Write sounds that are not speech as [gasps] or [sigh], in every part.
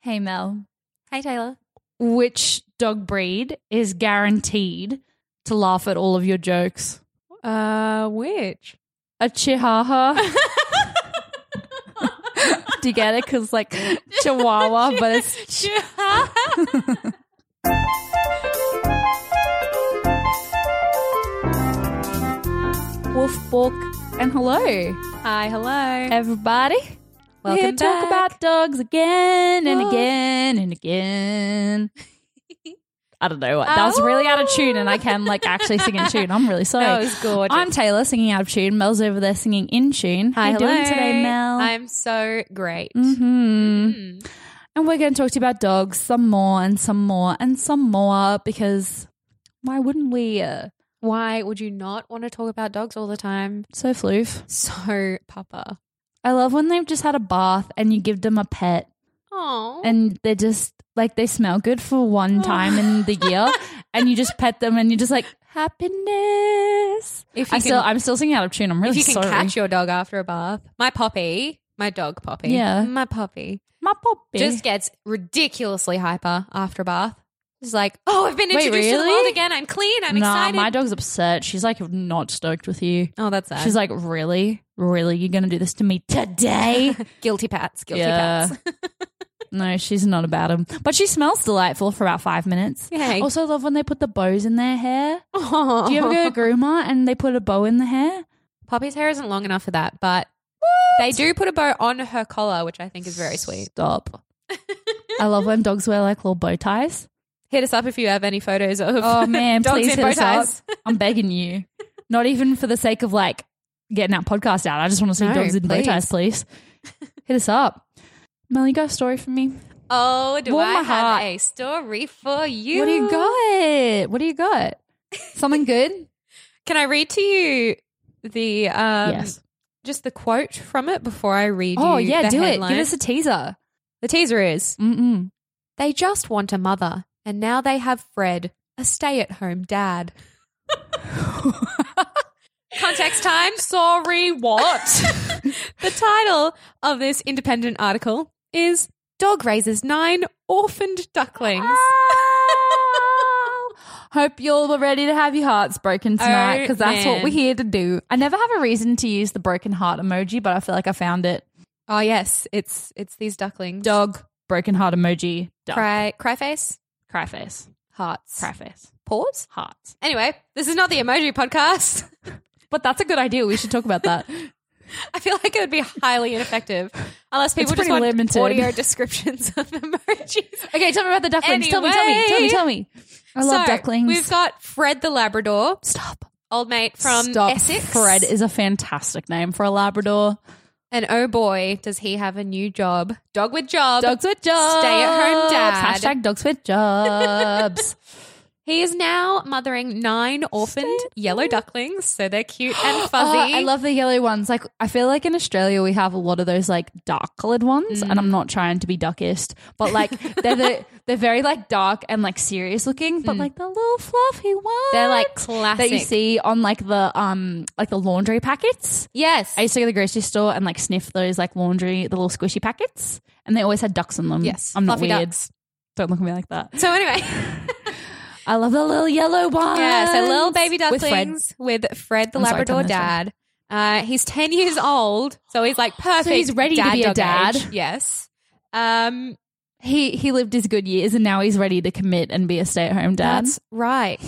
Hey, Mel. Hey, Taylor. Which dog breed is guaranteed to laugh at all of your jokes? Uh, which? A [laughs] Chihuahua. Do you get it? Because like Chihuahua, but it's Wolf Bork. And hello, hi, hello. everybody. We're here to Welcome talk back. about dogs again and Oh. again and again. [laughs] I don't know what. That was really out of tune, and I can like actually sing in tune. I'm [laughs] really sorry. That was gorgeous. I'm Taylor singing out of tune. Mel's over there singing in tune. How hi, you hello. doing today, Mel? I'm Mm-hmm. so great. hmm And we're going to talk to you about dogs some more and some more and some more because why wouldn't we? Uh, Why would you not want to talk about dogs all the time? [laughs] so floof. So papa. I love when they've just had a bath and you give them a pet Oh, and they're just like they smell good for one time in the [laughs] year and you just pet them and you're just like happiness. if you I can, still, I'm still singing out of tune. I'm if really you can sorry. catch your dog after a bath, my poppy, my dog poppy, Yeah. my poppy, My puppy. just gets ridiculously hyper after a bath. It's like, oh, I've been Wait, introduced to the really? world again. I'm clean. I'm nah, excited. my dog's upset. She's like not stoked with you. oh, that's sad. She's like, really, really, you're gonna do this to me [laughs] today? guilty pats, guilty Yeah. [laughs] pats. no, she's not about him, but she smells delightful for about five minutes. Yay. Also, love when they put the bows in their hair. Oh. Do you ever go [laughs] to a groomer and they put a bow in the hair? Poppy's hair isn't long enough for that, but they do put a bow on her collar, which I think is very sweet. Stop. [laughs] I love when dogs wear like little bow ties. Hit us up if you have any photos of. [laughs] Oh [laughs] man, Dogs please in hit bow us up. ties. [laughs] I'm begging you. Not even for the sake of like getting our podcast out. I just want to see No, dogs in bow please. ties, please. Hit us up. Mel, you got a story for me? oh, do Warm I my have heart. a story for you? What do you got? What do you got? Something good? Can I read to you the um, yes. just the quote from it before I read? Oh you yeah, the do headline? it. Give us a teaser. the teaser is Mm-mm. they just want a mother, and now they have Fred, a [laughs] stay-at-home dad. Context time. Sorry, [laughs] what? The title of this independent article is Dog Raises Nine Orphaned Ducklings. [laughs] Ah. Hope you all were ready to have your hearts broken tonight Oh, because that's what man. we're here to do. I never have a reason to use the broken heart emoji, but I feel like I found it. Oh yes, it's it's these ducklings. Dog, broken heart emoji, dog. Cry cry face. cry face, Hearts. cry face, Paws. hearts. Anyway, this is not the emoji podcast. [laughs] But that's a good idea. We should talk about [laughs] that. I feel like it would be highly ineffective unless people just pretty want limited. audio descriptions of [laughs] emojis. okay, tell me about the ducklings. Tell me, tell me, tell me, tell me. I love So, ducklings. We've got Fred the Labrador, Stop. old mate from Stop. Essex. Fred is a fantastic name for a Labrador. and oh boy, does he have a new job. Dog with job. Dogs with jobs. Stay at home dad. Hashtag dogs with jobs. He is now mothering nine orphaned yellow ducklings, so [gasps] they're cute and fuzzy. Oh, I love the yellow ones. Like I feel like in Australia we have a lot of those like dark colored ones, and I'm Mm. not trying to be duckist, but like they're [laughs] the, they're very like dark and like serious looking, but like the little fluffy ones. Mm. They're like that you classic. see on like the um like the laundry packets. Yes. I used to go to the grocery store and like sniff those like laundry the little squishy packets, and they always had ducks in them. Yes. I'm not Fluffy weird. ducks. Don't look at me like that. so anyway, [laughs] I love the little yellow ones. yeah, so little baby With Fred. ducklings with Fred, the I'm sorry, Labrador Tom, I'm dad. Uh, he's 10 years old, so [gasps] he's like perfect. he's ready to be a dog dad. age. Yes. Um, He he lived his good years and now he's ready to commit and be a stay at home dad. that's right.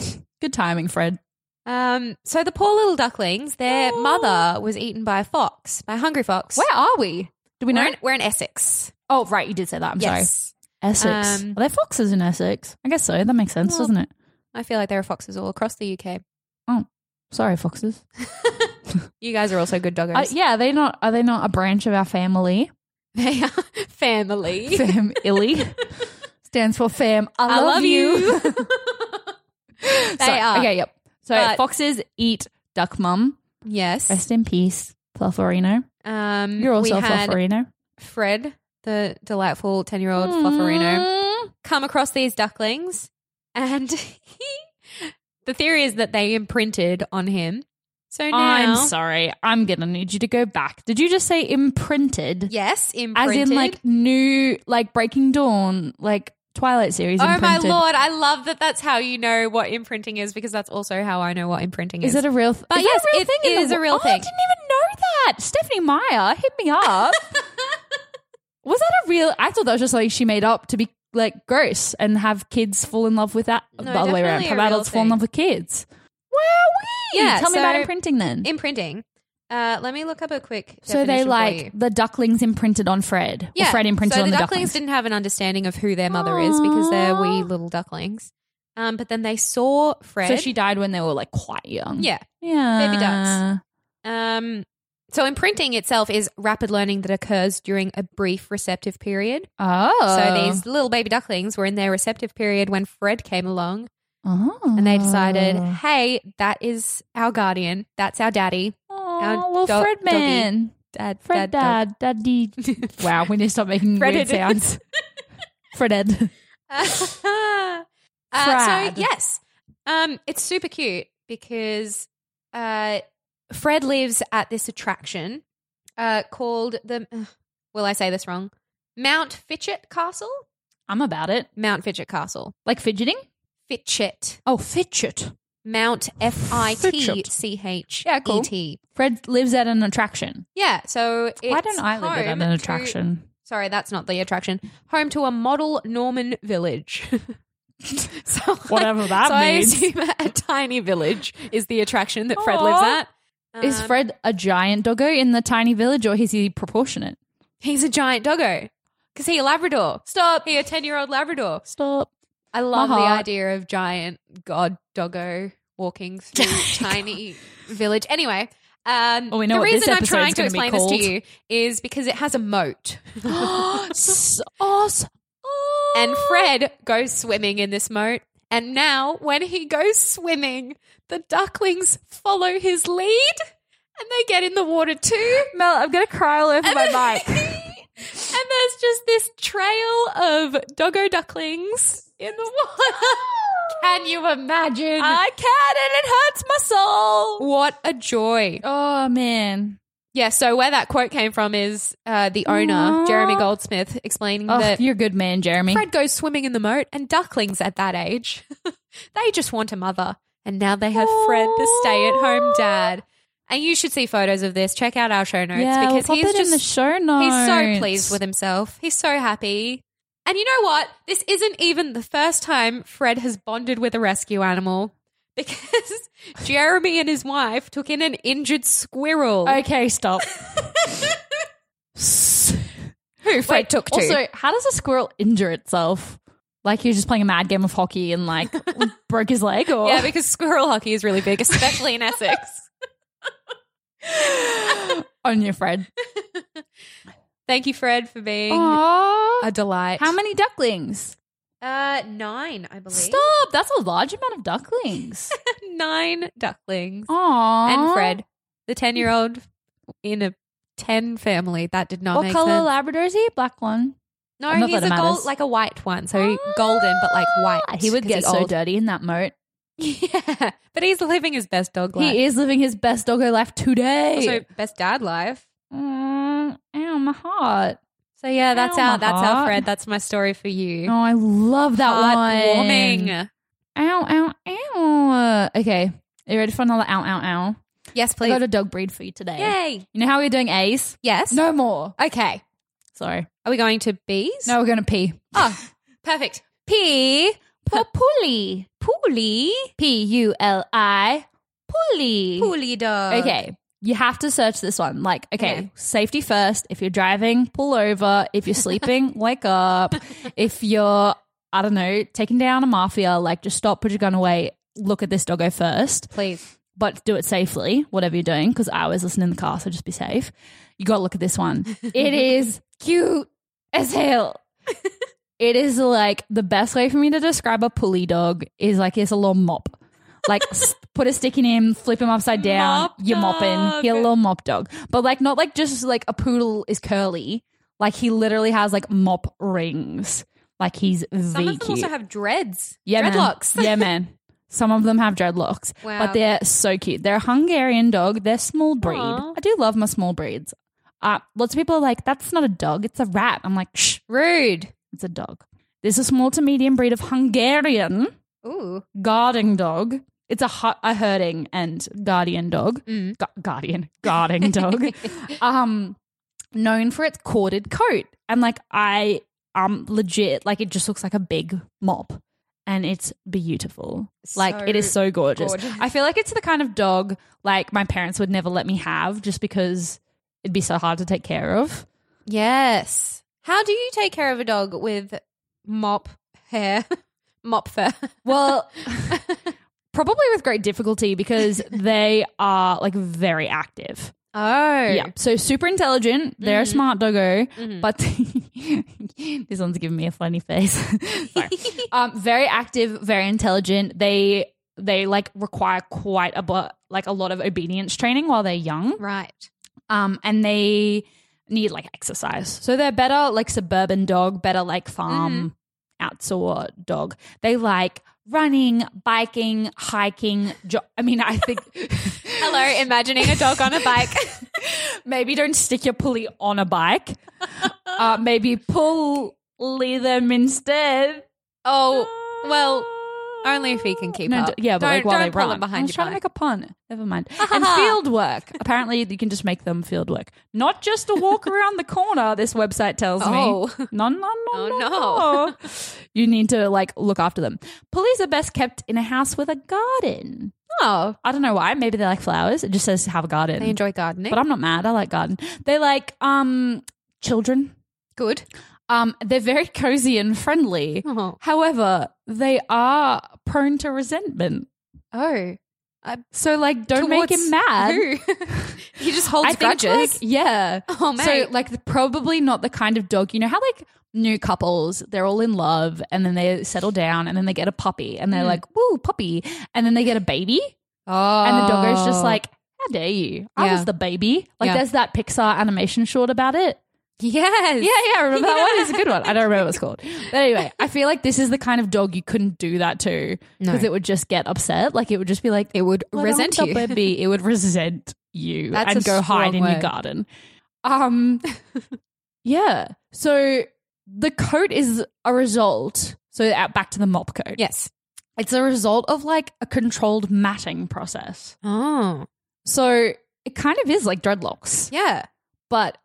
good timing, Fred. Um, so the poor little ducklings, their mother was eaten by a fox, by a hungry fox. Where are we? Do we We're know? in, we're in Essex. oh, right, you did say that. I'm yes. sorry. Essex. Um, are there foxes in Essex? I guess so. That makes sense, Well- doesn't it? I feel like there are foxes all across the UK. Sorry, foxes. You guys are also good [laughs] doggos. Uh, yeah, are they not? Are they not a branch of our family? [laughs] They are [laughs] family. Fam Illy stands for fam. I, I love [laughs] you. So- they are. Okay, yep. So But- foxes eat duck mum. [laughs] Yes. Rest in peace, Flufferino. Um, You're also we a had Flufferino. Fred, the delightful 10 year old Flufferino, come across these ducklings and [laughs] the theory is that they imprinted on him. So now. I'm sorry. I'm gonna need you to go back. Did you just say imprinted? Yes, As imprinted. in like new, like Breaking Dawn, like Twilight series. Oh my imprinted. lord, I love that that's how you know what imprinting is because that's also how I know what imprinting is. Is it a real? Th- But is that yes, a real it thing in is the a real wo- Oh, I thing. didn't even know that. Stephanie Meyer hit me [laughs] up. was that a real? I thought that was just like she made up to be like gross and have kids fall in love with that. No, the other way around, definitely a have real adults fall in thing. love with kids. Wow, Yeah, Tell me about so- imprinting then. imprinting? Uh, let me look up a quick. so they definition for like you. the ducklings imprinted on Fred. Or Fred imprinted so on the, ducklings, ducklings. didn't have an understanding of who their mother is because they're wee Aww. little ducklings. Um, but then they saw Fred. so she died when they were like quite young. yeah. yeah, Baby ducks. Um, so imprinting itself is rapid learning that occurs during a brief receptive period. Oh, So these little baby ducklings were in their receptive period when Fred came along, oh. and they decided, "Hey, that is our guardian. That's our daddy, Oh, our little do- Fred doggy. man. dad, Fred dog." dad, daddy. [laughs] wow, we need to stop making Fred weird Ed. sounds. Fred Ed. [laughs] Uh, so Fred. yes, um, it's super cute because uh, Fred lives at this attraction uh, called the. ugh, will I say this wrong? Mount Fitchett Castle. I'm about it. Mount Fitchett Castle. Like fidgeting? Fitchett. Oh, fidget. Mount F I T Fitchett. C H Yeah, cool. E T. Fred lives at an attraction. Yeah. So it's Why don't I live at home an to- attraction? sorry, that's not the attraction. Home to a model Norman village. [laughs] so Whatever that so means. I assume a tiny village is the attraction that Fred lives Aw. at. Is Um, Fred a giant doggo in the tiny village or is he proportionate? He's a giant doggo because he a Labrador. Stop. He a ten year old Labrador. [gasps] Stop. I love the heart. idea of giant god doggo [laughs] walking through tiny village. Anyway. Um, Oh, we know the what this reason I'm episode's trying to gonna be explain this to called. you is because it has [gasps] a moat. [gasps] Sauce. And Fred goes swimming in this moat. And now, when he goes swimming, the ducklings follow his lead and they get in the water too. Mel, I'm going to cry all over my [laughs] and mic. there's just this trail of doggo ducklings in [laughs] the water. Can you imagine? I can and it hurts my soul. what a joy. Oh, man. Yeah, so where that quote came from is uh, the owner, Aw. Jeremy Goldsmith, explaining Oh, that you're a good man, Jeremy. Fred goes swimming in the moat, and ducklings at that age, [laughs] they just want a mother. And now they have Fred, the stay at home dad. And you should see photos of this. Check out our show notes yeah, we'll because pop he's it just in the show notes. he's so pleased with himself. He's so happy. And you know what? This isn't even the first time Fred has bonded with a rescue animal [laughs] because Jeremy and his wife took in an injured squirrel. [laughs] Okay, [laughs] stop. Who Fred Wait, took to. Also, how does a squirrel injure itself? Like he was just playing a mad game of hockey and like [laughs] broke his leg, or [laughs] yeah, because squirrel hockey is really big, especially in Essex. [laughs] on your Fred. [laughs] Thank you, Fred, for being Aww. a delight. How many ducklings? Uh, nine, I believe. Stop! That's a large amount of [laughs] ducklings. Nine ducklings Aww. and Fred, the ten-year-old in a ten family. That did not What make color sense. Labrador is he? Black one. no, Not that he's it a gold, matters. like a white one, so he- golden but like Ah, white. He would 'cause get he's so old. dirty in that moat. [laughs] Yeah, but he's living his best dog life. He is living his best doggo life today. also best dad life. Mm, ow, my heart. So yeah, that's Ow, my our that's our heart. Fred. That's my story for you. Oh, I love that one. Heartwarming. Ow, ow, ow. Okay. Are you ready for another ow, ow, ow? Yes, I please. got a dog breed for you today. Yay! You know how we were doing A's? Yes. No more. Okay. Sorry. Are we going to bees? No, we're going to P. Oh, perfect. P. Populi. Pooley. P U L I. Puli. Pooley dog. Okay. You have to search this one. Like, okay, Okay. safety first. If you're driving, pull over. If you're sleeping, [laughs] wake up. If you're, I don't know, taking down a mafia, like just stop, put your gun away, look at this doggo first. Please. but do it [laughs] safely, whatever you're doing, because I always listen in the car, so just be safe. You got to look at this one. It is cute as hell. it is like the best way for me to describe a pulley dog is like it's a little mop. Like s- [laughs] put a stick in him, flip him upside down, Mop you're mopping. dog. He's a little mop dog. But like not like just like a poodle is curly. Like he literally has like mop rings. Like he's the Some of them cute. also have dreads. yeah, dreadlocks. [laughs] Man. yeah, man. Some of them have dreadlocks. Wow. But they're so cute. They're a Hungarian dog. They're small breed. Aw. I do love my small breeds. Uh, lots of people are like, that's not a dog, it's a rat. I'm like, shh, Rude. it's a dog. There's a small to medium breed of Hungarian Ooh. guarding dog. It's a, hu- a herding and guardian dog. Mm. Gu- guardian, guarding dog. Um, known for its corded coat. And like, I, um, legit, like, it just looks like a big mop. And it's beautiful. Like, it is so gorgeous. gorgeous. I feel like it's the kind of dog, like, my parents would never let me have just because it'd be so hard to take care of. Yes. How do you take care of a dog with mop hair, [laughs] mop fur? [laughs] Well, [laughs] probably with great difficulty because they are like very active. Oh. Yeah. So super intelligent. They're a smart doggo, but [laughs] this one's giving me a funny face. [laughs] Sorry. um, very active, very intelligent. They they like require quite a bu- like a lot of obedience training while they're young. Right. Um, and they need like exercise. So they're better like suburban dog, better like farm outdoor dog. They like running, biking, hiking. Jo- I mean, I think [laughs] Hello, imagining a dog on a [laughs] bike. maybe don't stick your pulley on a bike. Uh, maybe pull them instead. oh, well, only if he can keep No, up. d- yeah, but don't, like while don't they pull run. Oh, him behind I was your trying to bike. make a pun. Never mind. and field work. [laughs] Apparently, you can just make them field work, not just a [laughs] walk around the corner. This website tells Oh. me. [laughs] No, no, no, Oh, no, no. no. You need to like look after them. Pulleys are best kept in a house with a garden. Oh, I don't know why. Maybe they like flowers. It just says have a garden. they enjoy gardening. but I'm not mad. I like garden. They like um children. good. [laughs] Um, they're very cozy and friendly. Oh. However, they are prone to resentment. Oh. So, like, don't make him mad. [laughs] he just holds grudges. like, yeah. Oh, So, mate. like, the- probably not the kind of dog. You know how like new couples, they're all in love, and then they settle down, and then they get a puppy, and they're Hmm. like, "Woo, puppy!" And then they get a baby, oh. and the doggo's just like, "How dare you? I Yeah. was the baby." Like, Yeah. there's that Pixar animation short about it. yes. Yeah, yeah, I remember that one. It's a good one. I don't remember what it's [laughs] called. But anyway, I feel like this is the kind of dog you couldn't do that to because it would just get upset. Like it would just be like It would "Well, resent I'm you. the Baby. [laughs] It would resent you That's and a go hide strong in word. your garden. Um, [laughs] yeah. So the coat is a result. So out back to the mop coat. Yes. it's a result of like a controlled matting process. Oh. So it kind of is like dreadlocks Yeah. but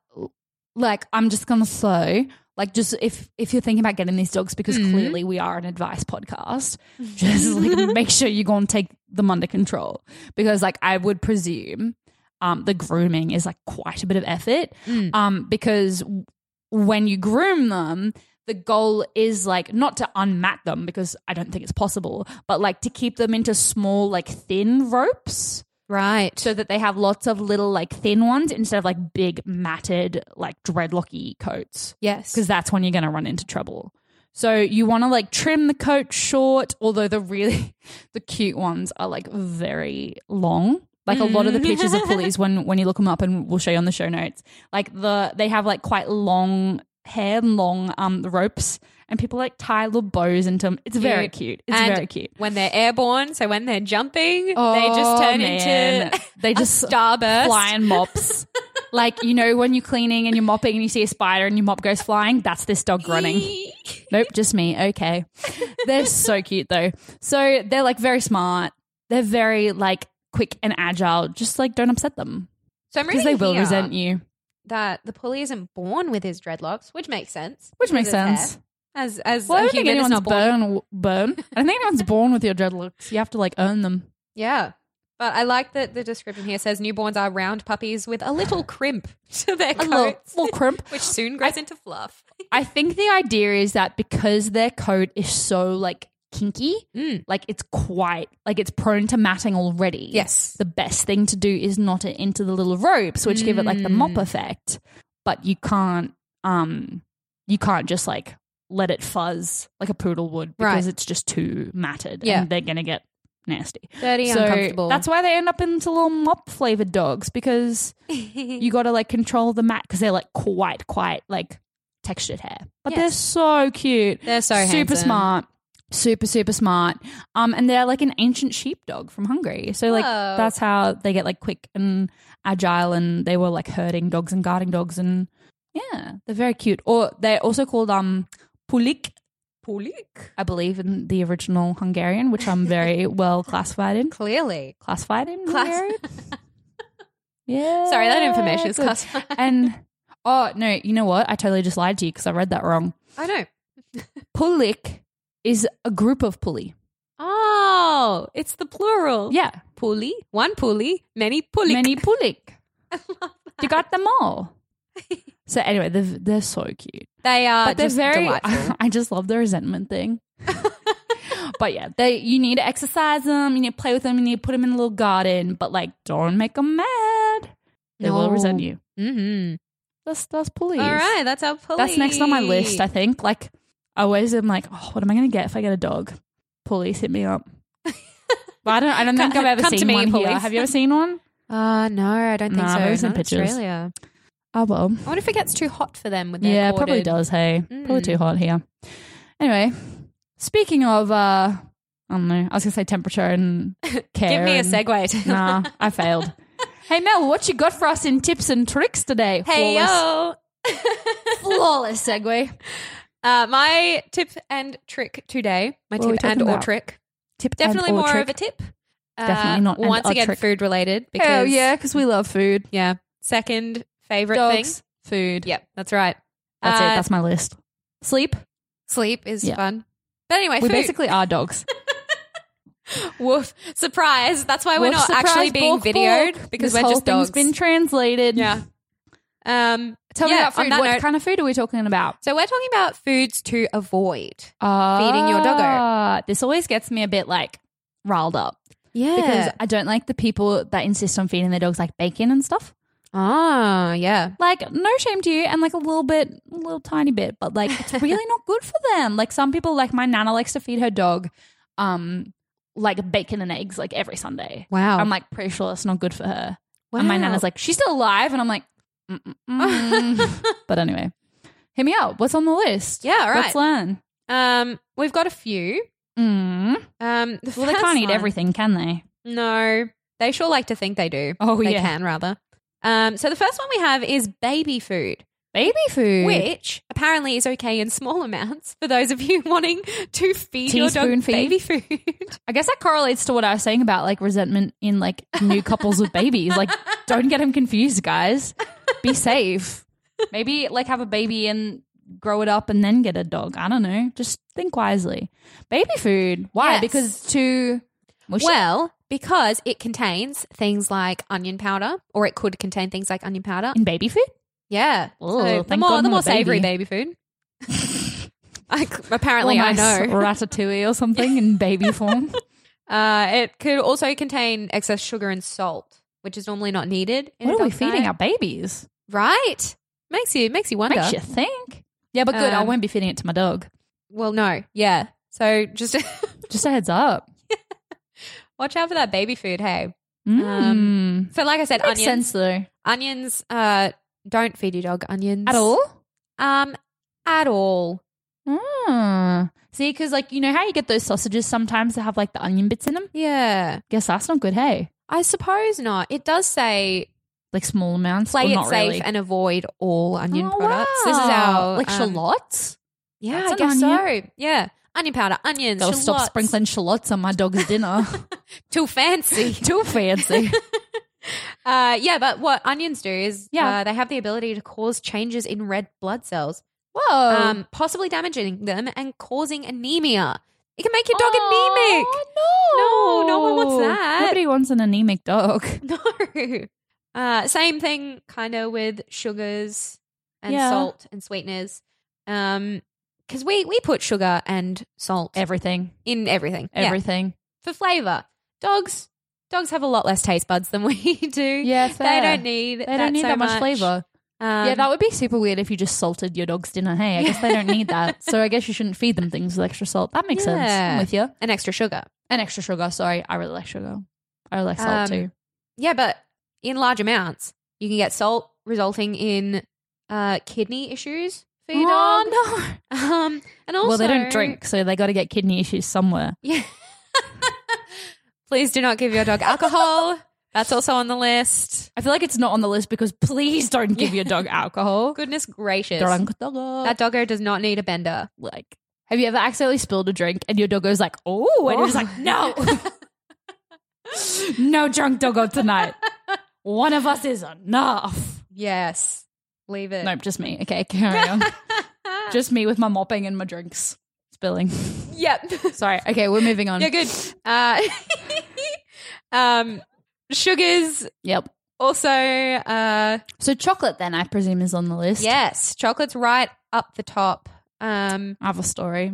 like I'm just gonna say, like just if if you're thinking about getting these dogs, because Mhm. clearly we are an advice podcast, just like make sure you go and take them under control because like I would presume, um, the grooming is like quite a bit of effort, Mm. um, because w- when you groom them. The goal is like not to unmat them because I don't think it's possible, but like to keep them into small, like thin ropes Right. so that they have lots of little like thin ones instead of like big matted like dreadlocky coats yes. because that's when you're going to run into trouble so you want to like trim the coat short although the really [laughs] the cute ones are like very long like a lot of the pictures of pulleys when when you look them up and we'll show you on the show notes like the they have like quite long hair and long um ropes and people like tie little bows into them it's very cute it's And very cute When they're airborne, so when they're jumping, they Oh, just turn [laughs] into they just just starburst. flying [laughs] mops. like you know when you're cleaning and you're mopping and you see a spider and your mop goes flying, that's this dog running. nope, just me. Okay. They're so cute though. So they're like very smart. They're very like quick and agile. Just like don't upset them [laughs] So I'm because reading they will here resent you, that the pulley isn't born with his dreadlocks, which makes sense. which makes Because it's sense. hair. As as Well, I a don't think human is anyone's not born. born. Born. I don't think anyone's born with your dreadlocks. You have to like earn them. Yeah. But I like that the description here says newborns are round puppies with a little crimp [laughs] to their A little, [laughs] coats, little crimp. which soon grows into fluff. I think the idea is that because their coat is so like kinky, Mm. like it's quite like it's prone to matting already. Yes. The best thing Mm. to do is knot it into the little ropes, which give it like the mop effect. But you can't um you can't just like let it fuzz like a poodle would because Right. it's just too matted Yeah. and they're gonna get nasty. Dirty, [laughs] uncomfortable. That's why they end up into little mop flavored dogs because you got to like control the mat because they're like quite quite like textured hair, but they're Yes. so cute. They're so super handsome. smart, super super smart. Um, and they're like an ancient sheepdog from Hungary. So like Whoa. that's how they get like quick and agile, and they were like herding dogs and guarding dogs, and yeah, they're very cute. Or they're also called um pulik. Pulik, I believe, in the original Hungarian, which I'm [laughs] very well classified in Clearly. classified in Class- Hungarian. yeah. [laughs] Sorry, that information is good. classified. [laughs] And oh no, you know what? I totally just lied to you because I read that wrong. I know. Pulik is a group of pulley. Oh, it's the plural. Yeah, Pulley. One pulley, many pulley. many [laughs] pulik. You got them all. So anyway, they're, they're so cute, They are but they're Uh, just very. [laughs] delightful. I just love the resentment [laughs] thing. but yeah, they you need to exercise them. You need to play with them. You need to put them in a little garden. But like, don't make them mad. They will No. resent you. mm-hmm. That's that's police. All right, that's our pulley. That's next on my list, I think. Like, I always am like, oh, what am I going to get if I get a dog? Police hit me up. [laughs] but I don't, I don't think Come- I've ever come to seen me, one here. police. Have you ever seen [laughs] one? Uh, no, I don't think Nah, so. I've only seen Not in pictures. Australia. Oh, well. I wonder if it gets too hot for them when they're Yeah, it probably corded. does. Hey, probably Mm. too hot here. Anyway, speaking of, uh, I don't know, I was going to say temperature and care. [laughs] Give me a and- segue. [laughs] [laughs] to- Nah, I [laughs] failed. hey, Mel, what you got for us in tips and tricks today? hey Flawless. yo. [laughs] Flawless segue. Uh, my tip and trick today. My What are we tip and talking or about? trick. Tip and Definitely or more trick. of a tip. Uh, Definitely not and Once or again, trick. food related. Because, Hell yeah, because we love food. Yeah. Second favorite Dogs, thing. food. Yep, that's right. That's Uh, it. That's my list. Sleep. sleep is Yeah. fun. But anyway, We food. basically are dogs. [laughs] Woof. Surprise. That's why we're Woof, not surprise, actually being bork, videoed bork. because This we're whole just dogs. Thing's been translated. yeah. Um, [laughs] Tell me yeah, about food. on that What note- kind of food are we talking about? so we're talking about foods to avoid. Feeding your doggo. Ah, This always gets me a bit like riled up Yeah. because I don't like the people that insist on feeding their dogs like bacon and stuff. ah, yeah. Like, no shame to you, and like a little bit, a little tiny bit, but like [laughs] it's really not good for them. Like some people, like my nana likes to feed her dog, um, like bacon and eggs like every Sunday. Wow. I'm like pretty sure that's not good for her. wow. And my nana's like, she's still alive. And I'm like, mm, mm, [laughs] mm. but anyway, hit me up. What's on the list? Yeah, all Let's right. learn. Um, we've got a few. Mm. Um, the Well, they first can't eat one- everything, can they? No, they sure like to think they do. Oh, they yeah. can rather. Um, so the first one we have is baby food, Baby food. which apparently is okay in small [laughs] amounts for those of you [laughs] wanting to feed your Teaspoon dog feed. baby food. I guess that correlates to what I was saying about like resentment in like new couples with babies. [laughs] Like, don't get them confused, guys. Be safe. Maybe like have a baby and grow it up and then get a dog. I don't know. Just think wisely. Baby food. Why? Yes. Because it's too mushy. well, because it contains things like onion powder, or it could contain things like onion powder. in baby food? Yeah, Ooh, the thank more God the I'm a more savory baby. baby food. [laughs] I, apparently, I know. ratatouille or something in [laughs] baby form. Uh, it could also contain excess sugar and salt, which is normally not needed. In what a are we dog's feeding diet. our babies? Right? Makes you makes you wonder. Makes you think. Yeah, but good. I Um, won't be feeding it to my dog. Well, no, yeah. So just [laughs] Just a heads up. watch out for that baby food. Hey, Mm. so like I said, Makes um, onions. sense though. Onions. Uh, don't feed your dog onions At all? Um, at all. Mm. See, because like you know how you get those sausages sometimes that have like the onion bits in them. Yeah, Guess that's not good. Hey, I suppose not. It does say like small amounts. play or it not safe really. and avoid all onion Oh, products. This is wow. our like um, shallots. Yeah, That's I an guess onion. so. Yeah, onion powder, onions. They'll stop shallots. sprinkling shallots on my dog's dinner. [laughs] [laughs] Too fancy. Too fancy. Uh, yeah, but what onions do is Yeah. uh, they have the ability to cause changes in red blood cells, Whoa. um, possibly damaging them and causing anemia. It can make your dog Oh, No, anemic. No, no one wants that. Nobody wants an anemic dog. anemic. [laughs] No. Uh, same thing kind of with sugars and Yeah. salt and sweeteners. Um, because we, we put sugar and salt Everything, in everything. Yeah. everything. for flavor. Dogs dogs have a lot less taste buds than [laughs] we do. Yeah, They fair. don't need They don't need so that much, flavor. Um, yeah, that would be super weird if you just salted your dog's dinner. Hey, I guess they don't need [laughs] that. So I guess you shouldn't feed them things with extra salt. That makes sense. I'm Yeah. with you. and extra sugar. And extra sugar. Sorry, I really like sugar. I really like salt Um, too. Yeah, but in large amounts, you can get salt resulting in uh, kidney issues for your dog. Oh, no. [laughs] Um, and also, well, they don't drink, so they got to get kidney issues somewhere. Yeah. [laughs] Please do not give your dog alcohol. That's also on the list. I feel like it's not on the list because please don't give your [laughs] dog alcohol. Goodness gracious. Drunk dog. That doggo does not need a bender. like, have you ever accidentally spilled a drink and your dog goes like, oh, and you're just like, no, [laughs] no drunk doggo tonight. One of us is enough. yes. Leave it. Nope, just me. Okay, carry [laughs] on. just me with my mopping and my drinks spilling. Yep. [laughs] Sorry. Okay, we're moving [laughs] on. yeah, good. Uh, [laughs] um, sugars Yep. also. Uh, So chocolate then I presume is on the list. yes, chocolate's right up the top. Um, I have a story.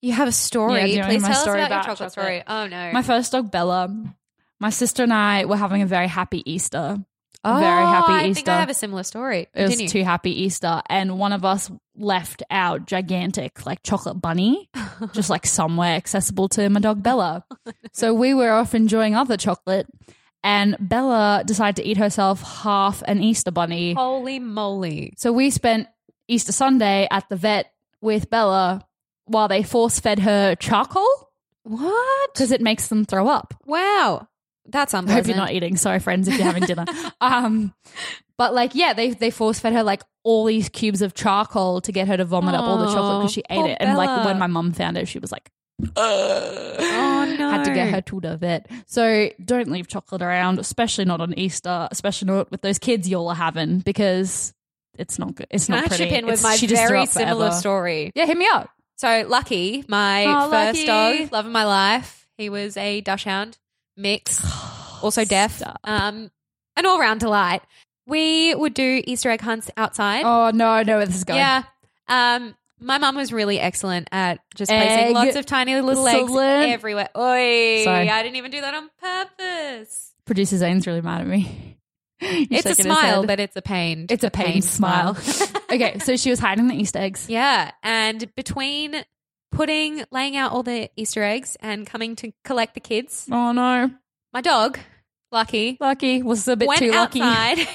you have Yeah, a do story. you Please remember my tell story us about about, your chocolate, story. chocolate? Oh no. My first dog, Bella. My sister and I were having a very happy Easter. oh, very happy I think Easter. I have a similar story. It was Continue. too happy Easter, and one of us left our gigantic like chocolate bunny just like somewhere accessible to my dog Bella. So we were off enjoying other chocolate, and Bella decided to eat herself half an Easter bunny. Holy moly. So we spent Easter Sunday at the vet with Bella while they force fed her charcoal What? because it makes them throw up. Wow. That's I unpleasant. hope you're not eating. Sorry, friends, if you're having dinner. [laughs] um, but like, yeah, they they force fed her like all these cubes of charcoal to get her to vomit up all the chocolate Aw, because she ate poor it. And like Bella. when my mum found it, she was like, Oh no. had to get her to the vet. So don't leave chocolate around, especially not on Easter, especially not with those kids y'all are having because it's not good. It's Can not I pretty. chip in with It's- my she just threw very up similar forever. story? Yeah, hit me up. So Lucky, my Oh, Lucky. first dog, love of my life, he was a Dachshund [gasps] mix, also deaf, Stop. um, an all-round delight. We would do Easter egg hunts outside. Oh no, I know where this is going. yeah. Um, my mum was really excellent at just placing Egg. lots of tiny little eggs Excellent. everywhere. Oi, Sorry. I didn't even do that on purpose. Producer Zane's really mad at me. [laughs] He's It's a shaking his smile, head. but it's a pain. It's a pain, pained smile. [laughs] [laughs] okay, so she was hiding the Easter eggs. Yeah. And between putting, laying out all the Easter eggs and coming to collect the kids, [laughs] Oh no, my dog, Lucky, lucky was a bit went too lucky. [laughs] outside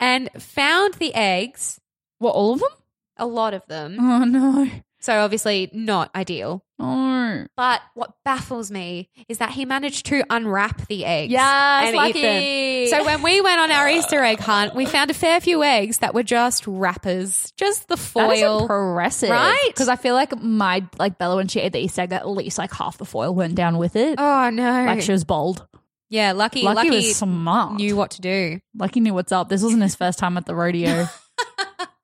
and found the eggs, What all of them? a lot of them. Oh no, So obviously not ideal. oh But what baffles me is that he managed to unwrap the eggs. Yes, and Lucky. Eat them. So when we went on our Easter egg hunt, we found a fair few eggs that were just wrappers, just the That is foil. impressive, Right? Because I feel like my like Bella when she ate the Easter egg, at least like half the foil went down with it. oh no! Like she was bold. yeah, lucky, Lucky, lucky, was smart. knew what to do. lucky knew what's up. This wasn't his first time at the [laughs] rodeo.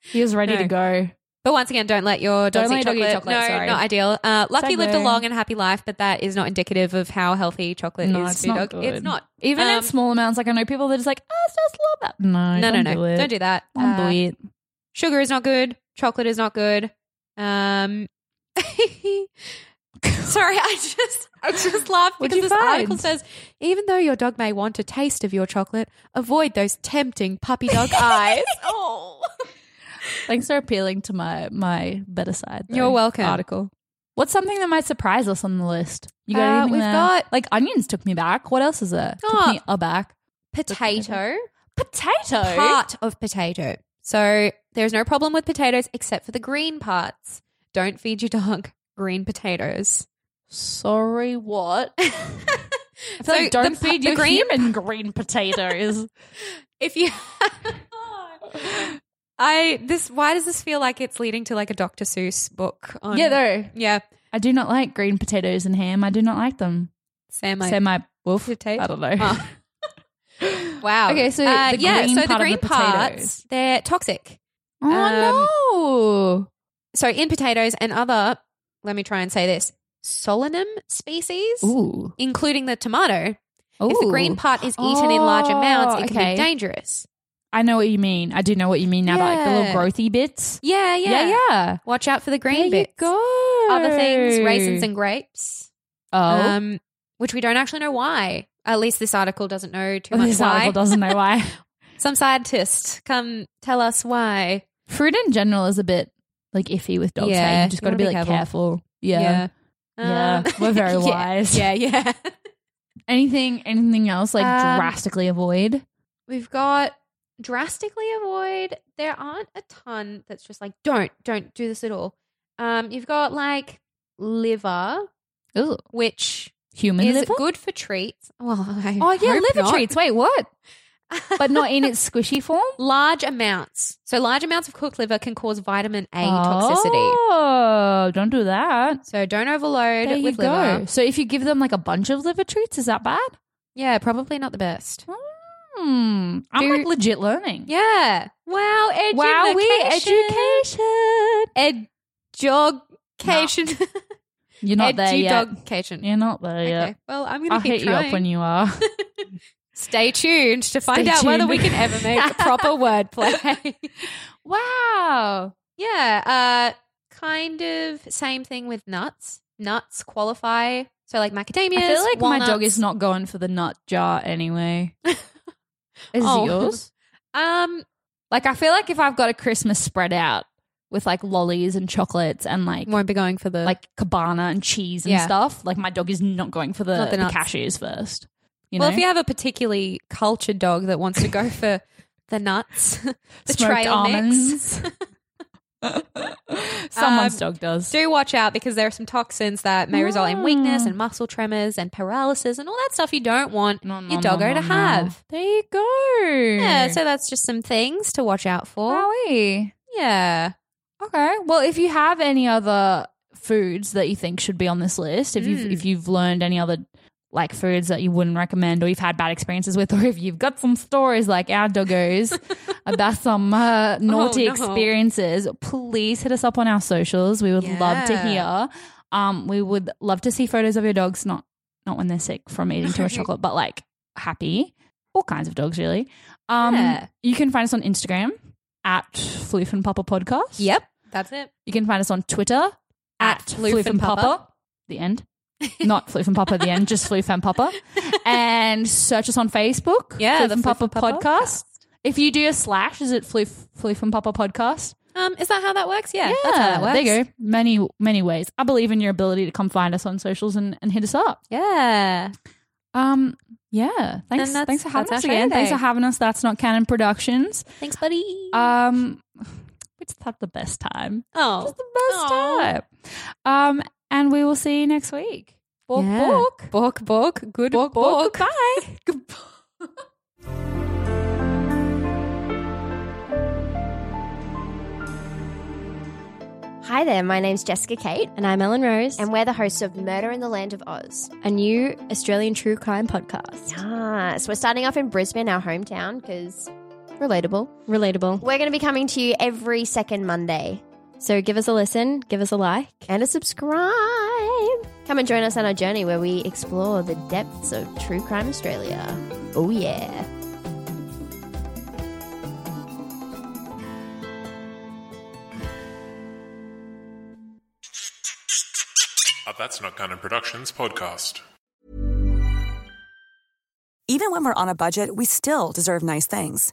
he was ready No. to go. But once again, don't let your Don't dogs let eat your dog chocolate. eat chocolate, No, sorry. not ideal. Uh, Lucky Sad lived a way. long and happy life, but that is not indicative of how healthy chocolate No, is it's for your not dog. good. It's not. Even in Um, small amounts, like I know people that are just like, oh, it's just love that. No, no, no, don't no. Do it. not do that. Don't Uh, do it. Sugar is not good. Chocolate is not good. Um, [laughs] sorry, I just I just laughed What'd because you this find? article says even though your dog may want a taste of your chocolate, avoid those tempting [laughs] puppy dog eyes. oh, Thanks for appealing to my my better side. though, You're welcome. Article. What's something that might surprise us on the list? You got Uh, anything we've there? got- like onions took me back. What else is there? Oh. Took me aback. potato. Potato. part of potato. So there's no problem with potatoes except for the green parts. Don't feed your dog [laughs] green potatoes. Sorry, [laughs] what? I feel So like don't the pa- feed the your green- human green [laughs] potatoes. If you [laughs] I this why does this feel like it's leading to like a Dr. Seuss book on yeah, though. Yeah. I do not like green potatoes and ham. I do not like them. Sam I Say my wolf. Potato? I don't know. Oh. [laughs] [laughs] Wow. Okay, so Uh, the yeah, green so the part of green the parts, potatoes. they're toxic. oh um, no. So in potatoes and other, let me try and say this, solanum species, Ooh. including the tomato, If the green Ooh. part is eaten in large amounts, Oh, it can okay. be dangerous. I know what you mean. I do know what you mean now about like the Yeah. little growthy bits. Yeah, yeah, yeah. yeah. Watch out for the There green you bits. go. Other things, raisins and grapes, oh, um, which we don't actually know why. At least this article doesn't know too much this why. article doesn't know why. Some scientist, come tell us why. [laughs] Fruit in general is a bit like iffy with dogs. Yeah, Yeah, you just you got to wanna be, be like careful. careful. Yeah, yeah, [laughs] Um, we're very [laughs] yeah, wise. Yeah, yeah. [laughs] Anything, anything else like Um, drastically avoid? We've got drastically avoid. There aren't a ton that's just like don't, don't do this at all. Um, you've got like liver, Ooh, which human is liver. good for treats. Well, [laughs] I Oh yeah, hope liver not. treats. Wait, [laughs] what? But not in its squishy form. large amounts. So large amounts of cooked liver can cause vitamin A toxicity. Oh, don't do that. So don't overload There you with go. liver. So if you give them like a bunch of liver treats, is that bad? Yeah, probably not the best. Hmm. I'm Do- like legit learning. Yeah. Wow. Education. Wow, we education. [laughs] Education. You're not there yet. Education. You're not there yet. Okay. Well, I'm gonna I'll keep hit trying. you up when you [laughs] are. Stay tuned to find out whether tuned. we can ever make a [laughs] proper wordplay. wow. yeah. Uh, kind of same thing with nuts. Nuts qualify. So like macadamias. I feel like my dog walnuts. is not going for the nut jar [laughs] anyway. Is Oh. yours? Um. Like I feel like if I've got a Christmas spread out with like lollies and chocolates and like Won't be going for the like cabana and cheese and Yeah. stuff, like my dog is not going for the, Not the, the nuts. cashews first. You well, know? if you have a particularly cultured dog that wants [laughs] to go for the nuts, [laughs] the Smoked trail mix, almonds. Someone's Um, dog does. [laughs] do watch out because there are some toxins that may result in weakness Mm. and muscle tremors and paralysis and all that stuff you don't want No, no, your doggo no, no, to no. have. There you go. Yeah, so that's just some things to watch out for. Wowie. Yeah. Okay. Well, if you have any other foods that you think should be on this list, if you've Mm. if you've learned any other like foods that you wouldn't recommend or you've had bad experiences with [laughs] or if you've got some stories like our [laughs] doggos about some uh, naughty Oh, no. experiences please hit us up on our socials we would love to Yeah. hear um we would love to see photos of your dogs not not when they're sick from eating [laughs] too much chocolate but like happy all kinds of dogs really um Yeah. you can find us on instagram at floof and papa podcast Yep. That's it. you can find us on Twitter at, At Floof, Floof and, and Papa. Papa. The end. Not Floof and Papa. The end. Just Floof and [laughs] Papa. And search us on Facebook. Yeah, Floof the and Floof Papa, and Papa podcast. podcast. If you do a slash, is it Floof Floof and Papa podcast? Um, is that how that works? Yeah, that's how that works. there you go. Many many ways. I believe in your ability to come find us on socials and, and hit us up. Yeah. Um. Yeah. Thanks. And that's- Thanks for having us that's our show again. Thanks for today. having us. That's not Canon Productions. Thanks, buddy. Um. [laughs] We just had the best time. oh. Just the best Aw. time. Um, and we will see you next week. Bork, Yeah. bork. Bork, bork. Good Bork, bork. bork. [laughs] Bye. Hi there, my name's Jessica Kate, And I'm Ellen Rose. and we're the hosts of Murder in the Land of Oz. a new Australian true crime podcast. Yes, we're starting off in Brisbane, our hometown, because relatable. Relatable. We're going to be coming to you every second Monday. So give us a listen, give us a like. And a subscribe. Come and join us on our journey where we explore the depths of true crime Australia. Oh, yeah. A Uh, That's Not Canon Productions podcast. Even when we're on a budget, we still deserve nice things.